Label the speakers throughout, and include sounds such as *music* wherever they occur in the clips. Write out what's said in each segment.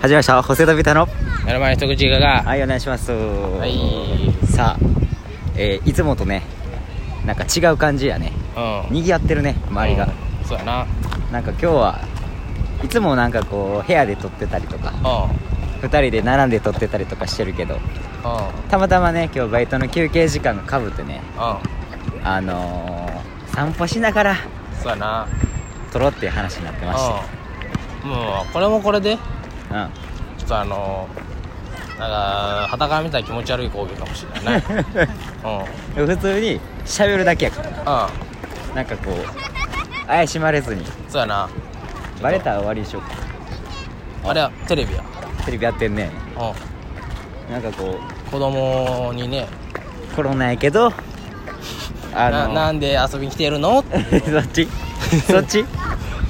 Speaker 1: 始まりましたホセドビタの
Speaker 2: 目の前の一口がが、
Speaker 1: はいお願いします
Speaker 2: い
Speaker 1: さあ、えーいつもとねなんか違う感じやね
Speaker 2: うん
Speaker 1: にぎわってるね周りが、
Speaker 2: うんそうやな
Speaker 1: なんか今日はいつもなんかこう部屋で撮ってたりとか
Speaker 2: う
Speaker 1: 2
Speaker 2: ん
Speaker 1: 人で並んで撮ってたりとかしてるけど
Speaker 2: うん
Speaker 1: たまたまね今日バイトの休憩時間がかぶってね
Speaker 2: う
Speaker 1: あのー、散歩しながら
Speaker 2: んそうやな
Speaker 1: 撮ろうっていう話になってまし
Speaker 2: うんもうこれもこれで
Speaker 1: たうん *laughs*
Speaker 2: ちょっとあのーなんかはたから見たら気持ち悪い光景かもしれないね
Speaker 1: *laughs*
Speaker 2: うんうん
Speaker 1: 普通に喋るだけやからなんかこう怪しまれずに
Speaker 2: そうやな
Speaker 1: バレたら終わりにしようか
Speaker 2: あれはテレビや
Speaker 1: テレビやってんね
Speaker 2: う
Speaker 1: なんかこうん
Speaker 2: 子供にね
Speaker 1: コロナやけどあ
Speaker 2: な
Speaker 1: の
Speaker 2: なんで遊びに来てるの
Speaker 1: *laughs* そっちそっち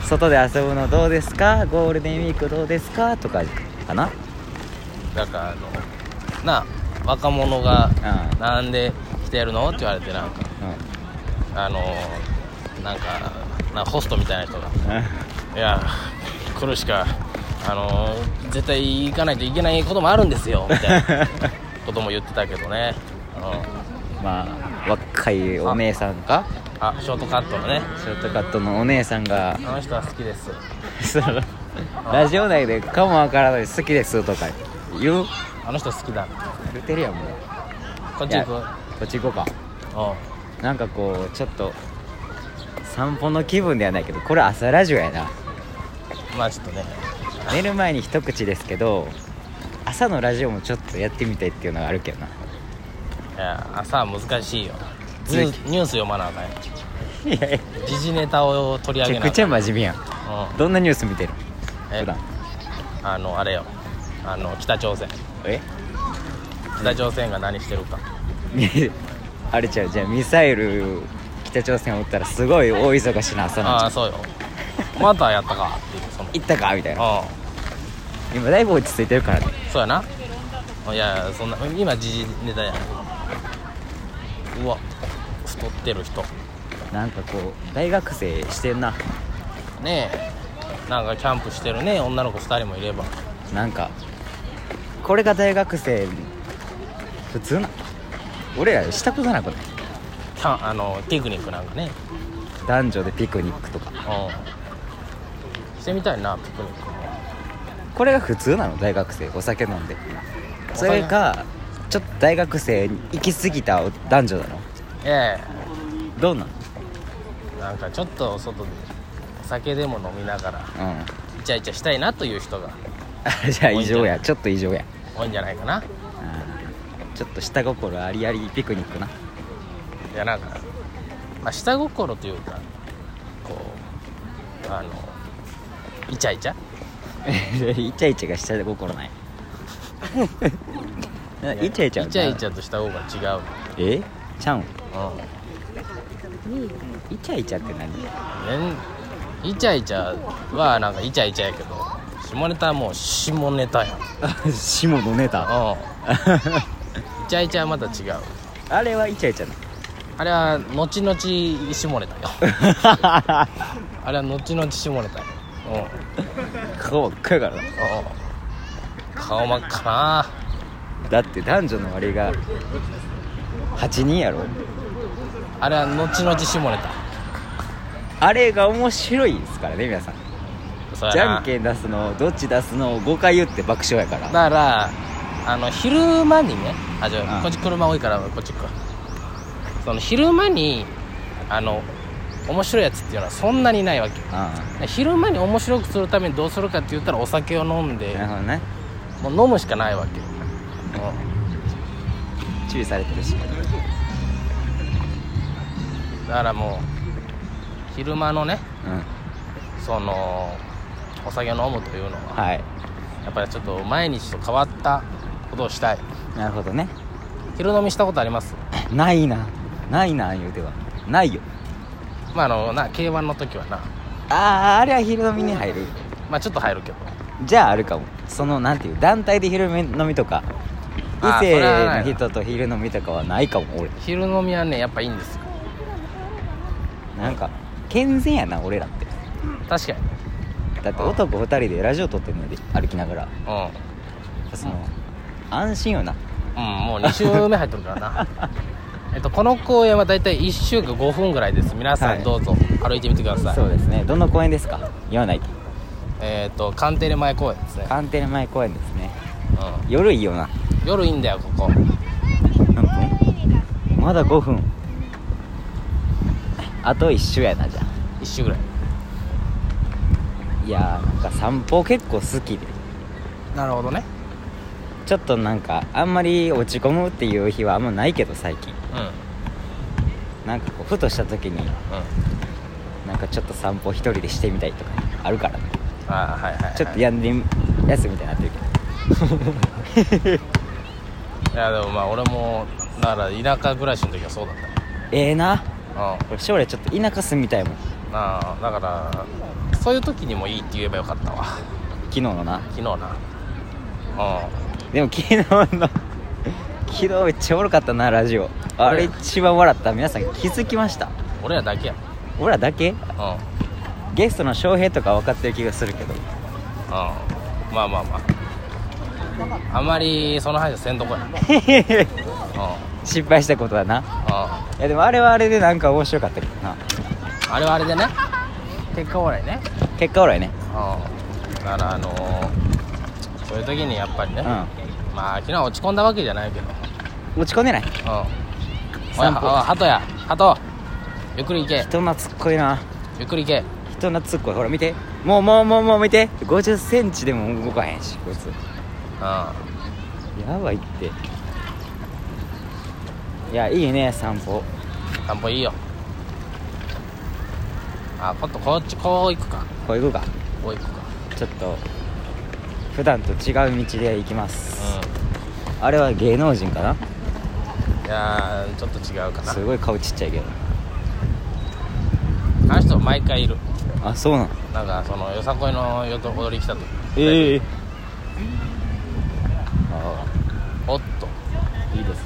Speaker 1: 外で遊ぶのどうですかゴールデンウィークどうですかとかかな
Speaker 2: なんかあのなあ若者が
Speaker 1: うん
Speaker 2: なんで来てるのって言われてなんかあのなんかなんかホストみたいな人がいやこれしかあの絶対行かないといけないこともあるんですよみたい
Speaker 1: *laughs*
Speaker 2: なことも言ってたけどね、うん、
Speaker 1: うんまあ若いお姉さんか
Speaker 2: あショートカットのね
Speaker 1: ショートカットのお姉さんが *laughs*
Speaker 2: あの人は好きです
Speaker 1: そのラジオ内でかもわからない好きですとか言う
Speaker 2: あの人好きだ
Speaker 1: 言うてるやんもう
Speaker 2: こっち行く
Speaker 1: いやこっち行こうか
Speaker 2: うん
Speaker 1: なんかこうちょっと散歩の気分ではないけどこれ朝ラジオやな
Speaker 2: まあちょっとね
Speaker 1: 寝る前に一口ですけど朝のラジオもちょっとやってみたいっていうのがあるけどない
Speaker 2: や朝は難しいよニュースニュース読まなあかんよ
Speaker 1: いやいや
Speaker 2: 時事ネタを取り
Speaker 1: めち
Speaker 2: 上げ
Speaker 1: ゃ
Speaker 2: なあ
Speaker 1: くち
Speaker 2: か
Speaker 1: ゃ
Speaker 2: ん
Speaker 1: 真面目やんどんなニュース見てる
Speaker 2: うんえ
Speaker 1: 普段
Speaker 2: あのあれよあの北朝鮮
Speaker 1: え *laughs*
Speaker 2: 北朝鮮が何してるか
Speaker 1: あれちゃうじゃあミサイル北朝鮮撃ったらすごい大忙しな朝なん
Speaker 2: あ
Speaker 1: ちゃ
Speaker 2: あ
Speaker 1: う
Speaker 2: そうよまたやったかっていうその
Speaker 1: 行ったかみたいな
Speaker 2: あ
Speaker 1: 今だいぶ落ち着いてるからね
Speaker 2: あそうやないやいやそんな今時事ネタやうわ太ってる人
Speaker 1: なんかこう大学生してんな
Speaker 2: ねえなんかキャンプしてるね女の子2人もいれば
Speaker 1: なんかこれが大学生普通な俺らしたことなくない
Speaker 2: キャンあのピクニックなんかね
Speaker 1: 男女でピクニックとか
Speaker 2: うんしてみたいなピクニックも
Speaker 1: これが普通なの大学生お酒飲んで
Speaker 2: お
Speaker 1: そ
Speaker 2: 酒
Speaker 1: れかちょっと大学生に行き過ぎた男女なの
Speaker 2: え
Speaker 1: どうなの
Speaker 2: えなんかちょっと外でお酒でも飲みながら
Speaker 1: うん *laughs*
Speaker 2: イチャイチャしたいなという人が
Speaker 1: あじゃあ異常やちょっと異常や
Speaker 2: 多いんじゃないかな
Speaker 1: うんちょっと下心ありありピクニックない
Speaker 2: やなんか、まあ、下心というかこうあのイチャイチャ
Speaker 1: *laughs* イチャイチャが下心ないな *laughs* イチャイチャは
Speaker 2: イチャイチャとした方が違う
Speaker 1: えちゃうん
Speaker 2: う
Speaker 1: イチャイチャって何
Speaker 2: んえんイチャイチャはなんかイチャイチャやけど下ネタはもう下ネタやんうん
Speaker 1: あ *laughs* 下のネタ
Speaker 2: イチャイチャはまた違う
Speaker 1: *laughs* あれはイチャイチャなの
Speaker 2: あれは後々下ネ
Speaker 1: *laughs*
Speaker 2: タよあれは後々下ネタよ
Speaker 1: 顔ばっかやからな
Speaker 2: うんうん顔真っ赤な
Speaker 1: だって男女の割が8人やろ
Speaker 2: あれは後々下ネ
Speaker 1: あれが面白いですからね皆さん
Speaker 2: タそうやな
Speaker 1: じゃんけん出すのどっち出すのを5回言って爆笑やから
Speaker 2: だからあの昼間にねあじゃ
Speaker 1: うん
Speaker 2: あこっち車多いからこっち行くわその昼間にあの面白いやつっていうのはそんなにないわけよ
Speaker 1: う
Speaker 2: 昼間に面白くするためにどうするかって言ったらお酒を飲んで
Speaker 1: んなるほどね
Speaker 2: もう飲むしかないわけよ、
Speaker 1: 注意されてるし
Speaker 2: うん、だからもう昼間のね
Speaker 1: うん
Speaker 2: そのお酒を飲むというのは
Speaker 1: はい
Speaker 2: やっぱりちょっと毎日と変わったことをしたい
Speaker 1: なるほどね
Speaker 2: 昼飲みしたことあります
Speaker 1: ないなないな言うてはないよ
Speaker 2: まああのな K1 の時はな
Speaker 1: あああれは昼飲みに入る
Speaker 2: まあちょっと入るけど
Speaker 1: じゃああるかもそのなんていう団体で昼飲みとか
Speaker 2: あ
Speaker 1: 異
Speaker 2: ーそ
Speaker 1: 性
Speaker 2: れはない
Speaker 1: の
Speaker 2: な
Speaker 1: 人と昼飲みとかはないかも俺
Speaker 2: 昼飲みはねやっぱいいんですよ
Speaker 1: なんか健全やな俺らって
Speaker 2: 確かに
Speaker 1: だって男2人でラジオ撮ってるので歩きながら
Speaker 2: うん
Speaker 1: その安心よな
Speaker 2: うん、もう2週目入ってるから
Speaker 1: *laughs*
Speaker 2: なえっとこの公園は大体1週間5分ぐらいです皆さ
Speaker 1: は
Speaker 2: ん
Speaker 1: い
Speaker 2: どうぞ歩いてみてください、
Speaker 1: そうですねどの公園ですか言わないと
Speaker 2: えっと官邸の前公園ですね、
Speaker 1: 官邸の前公園ですね
Speaker 2: う、
Speaker 1: 夜いいよなん
Speaker 2: 夜いいんだよここ
Speaker 1: 何分まだ5分あと1周やなじゃあ
Speaker 2: 1週ぐらい
Speaker 1: いやーなんか散歩結構好きで
Speaker 2: なるほどね
Speaker 1: ちょっとなんかあんまり落ち込むっていう日はあんまないけど最近
Speaker 2: うんうん
Speaker 1: なんかこうふとした時になんかちょっと散歩一人でしてみたいとかあるからね
Speaker 2: ああはいはい、はい、
Speaker 1: ちょっとやんでみやつみたいになってるけど
Speaker 2: いやでもまあ俺もだから田舎暮らしの時はそうだったよ
Speaker 1: ええな
Speaker 2: うん
Speaker 1: 俺将来ちょっと田舎住みたいもん
Speaker 2: ああだからそういう時にもいいって言えばよかったわ
Speaker 1: 昨日のな
Speaker 2: 昨日なうん
Speaker 1: でも昨日の *laughs* 昨日めっちゃおもろかったなラジオあれ一番笑った皆さん気づきました
Speaker 2: 俺らだけや
Speaker 1: 俺らだけ
Speaker 2: うんうん
Speaker 1: ゲストの翔平とか分かってる気がするけど *laughs*
Speaker 2: まあまあまああまりその話はせんとこやうんうん
Speaker 1: 失敗したことだないやでもあれはあれでなんか面白かったけどな
Speaker 2: あれはあれでね結果オーライね
Speaker 1: 結果オーライね
Speaker 2: うんだからあのーそういう時にやっぱりね、
Speaker 1: うん
Speaker 2: まあ昨日落ち込んだわけじゃないけど
Speaker 1: 落ち込んでない
Speaker 2: うんおい
Speaker 1: 散歩
Speaker 2: はハトやハトゆっくり行け
Speaker 1: 人懐っこいな
Speaker 2: ゆっくり行け
Speaker 1: 人懐っこいほら見てもうもうもうもう見て5 0センチでも動かへんしこいつ
Speaker 2: う
Speaker 1: やばいっていやいいね散歩
Speaker 2: ん散歩いいよあ今度こっちこう行くか
Speaker 1: こう行くか
Speaker 2: こう行くか
Speaker 1: ちょっと普段と違う道で行きます、
Speaker 2: う
Speaker 1: あれは芸能人か
Speaker 2: んいやーちょっと違うか
Speaker 1: な
Speaker 2: な
Speaker 1: すごい顔ちっちゃいけど
Speaker 2: あの人毎回いる
Speaker 1: あそうなの
Speaker 2: なんかそのよさこいのよと踊り来た時
Speaker 1: ええ
Speaker 2: おっと
Speaker 1: いいですね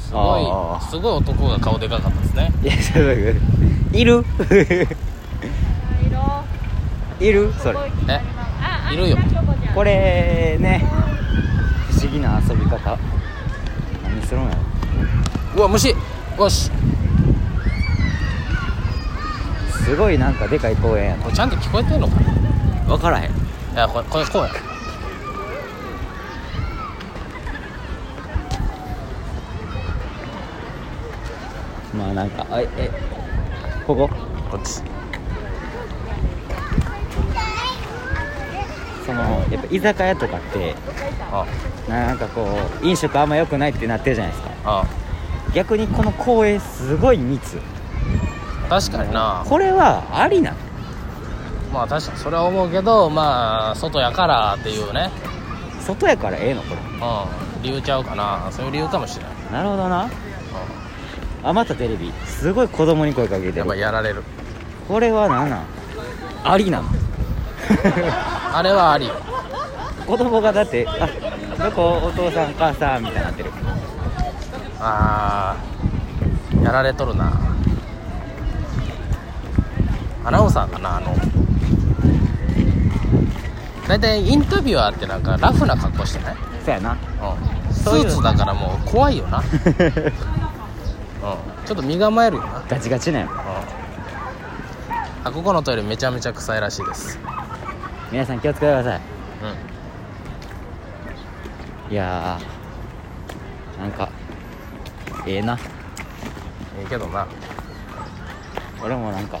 Speaker 2: すご
Speaker 1: あ
Speaker 2: い
Speaker 1: ー
Speaker 2: すごい男が顔でかかったですね
Speaker 1: いやそれいる *laughs* いるそれ
Speaker 2: えいるよ
Speaker 1: これね不思議な遊び方何するんやろ
Speaker 2: うわ虫よし
Speaker 1: すごいなんかでかい公園やな
Speaker 2: これちゃんと聞こえてんのかない
Speaker 1: 分からへん
Speaker 2: やこれこれこうや
Speaker 1: まあなんかあええここ
Speaker 2: こっち
Speaker 1: そのやっぱ居酒屋とかって
Speaker 2: あ
Speaker 1: なんかこう飲食あんま良くないってなってるじゃないですか
Speaker 2: あ
Speaker 1: 逆にこの公園すごい密
Speaker 2: 確かにな
Speaker 1: これはありなの
Speaker 2: まあ確かにそれは思うけどまあ外やからっていうね
Speaker 1: 外やからええのこれ
Speaker 2: うん理由ちゃうかなそういう理由かもしれない、
Speaker 1: なるほどな
Speaker 2: う
Speaker 1: あまたテレビすごい子供に声かけ
Speaker 2: ん、
Speaker 1: て
Speaker 2: やっぱ
Speaker 1: る
Speaker 2: やられる
Speaker 1: これは何なんありなの
Speaker 2: あれはありよ
Speaker 1: 子供がだってあどこお父さんお母さんみたいになってる
Speaker 2: あーやられとるなアナウンサーかなあの大体インタビュアーってなんかラフな格好してない、
Speaker 1: そうやな
Speaker 2: うん、ス
Speaker 1: そういう
Speaker 2: ーツだからもう怖
Speaker 1: *laughs*
Speaker 2: いよな、うん、ちょっと身構えるよな、うん、
Speaker 1: ガチガチなんや
Speaker 2: あここのトイレめちゃめちゃ臭いらしいです
Speaker 1: 皆さん気をつけてください
Speaker 2: うん
Speaker 1: いやーなんかええない
Speaker 2: いけどな
Speaker 1: 俺もなんか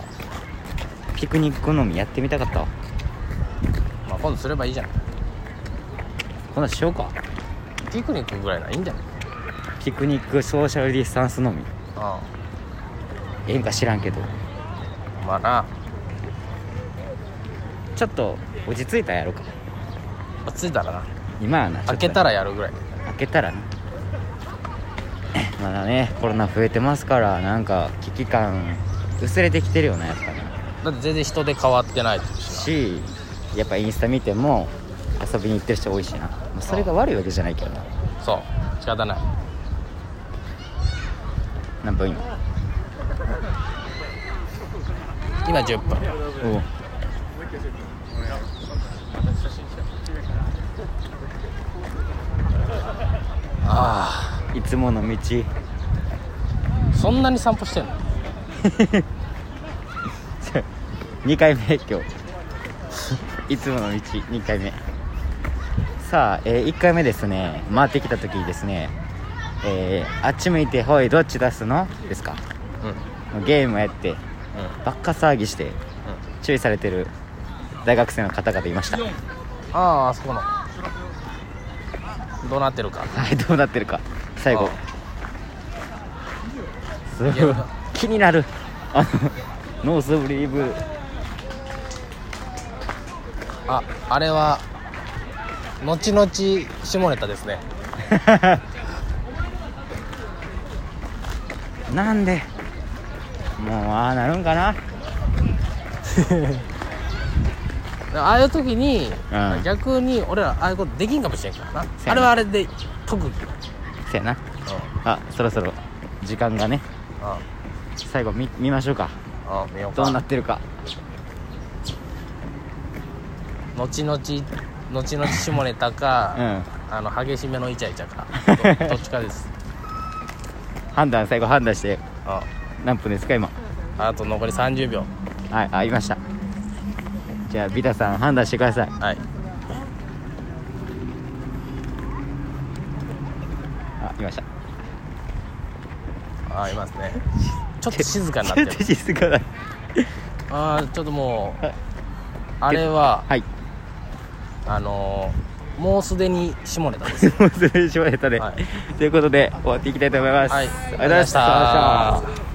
Speaker 1: ピクニック飲みやってみたかったわ
Speaker 2: まあ、今度すればいいじゃん
Speaker 1: 今度しようか
Speaker 2: ピクニックぐらいならいいんじゃない
Speaker 1: ピクニックソーシャルディスタンス飲み
Speaker 2: あ
Speaker 1: ええんか知らんけど
Speaker 2: あまあな
Speaker 1: ちょっと落ち着いたらやろうか
Speaker 2: 落ち着いたらな
Speaker 1: 今やな
Speaker 2: 開けた
Speaker 1: ら
Speaker 2: らやるぐらい
Speaker 1: 開けたらな *coughs* まだねコロナ増えてますからなんか危機感薄れてきてるよなやっぱり
Speaker 2: だって全然人で変わってないし
Speaker 1: しやっぱインスタ見ても遊びに行ってる人多いしなまあそれが悪いわけじゃないけどな
Speaker 2: なそう仕方ない
Speaker 1: 何分今
Speaker 2: 今10分
Speaker 1: お
Speaker 2: あ
Speaker 1: いつもの道
Speaker 2: あそんなに散歩してんの
Speaker 1: 2回目今日いつもの道2回目さあ、え1回目ですね回ってきた時にですね、えーあっち向いてほいどっち出すの?」ですか
Speaker 2: うんうん
Speaker 1: ゲームやってばっか騒ぎして注意されてる大学生の方々いました
Speaker 2: あああそこのどうなってるか
Speaker 1: はいどうなってるか最後すごい
Speaker 2: いや
Speaker 1: 気になるあのノースブリーブ
Speaker 2: ああれは後々下ネタですね
Speaker 1: なんでもうああなるんかな
Speaker 2: ああいう時に、
Speaker 1: うん
Speaker 2: 逆に俺らああいうことできんかもしれんからな
Speaker 1: せやな
Speaker 2: あれはあれで特技うん
Speaker 1: せやなあそろそろ時間がね最後見見ましょうか
Speaker 2: あ見ようか
Speaker 1: どうなってるか
Speaker 2: 後々後々下ネタか、
Speaker 1: うん
Speaker 2: あの激しめのイチャイチャ
Speaker 1: *laughs*
Speaker 2: かどどっちかです
Speaker 1: 判断最後判断して
Speaker 2: あ
Speaker 1: 何分ですか今
Speaker 2: あと残り30秒
Speaker 1: はいありましたじゃあビタさん判断してください
Speaker 2: はい
Speaker 1: あいました
Speaker 2: あいます
Speaker 1: *laughs*
Speaker 2: ねちょっと静かになってる
Speaker 1: ちょっと静かだ
Speaker 2: ああちょっともう
Speaker 1: はい
Speaker 2: あれは
Speaker 1: はい
Speaker 2: あのーもうすでに下ネタです
Speaker 1: もう失礼しましたね、
Speaker 2: はい
Speaker 1: ということで終わっていきたいと思います、
Speaker 2: はい
Speaker 1: ありがとうございました
Speaker 2: ありがとうございました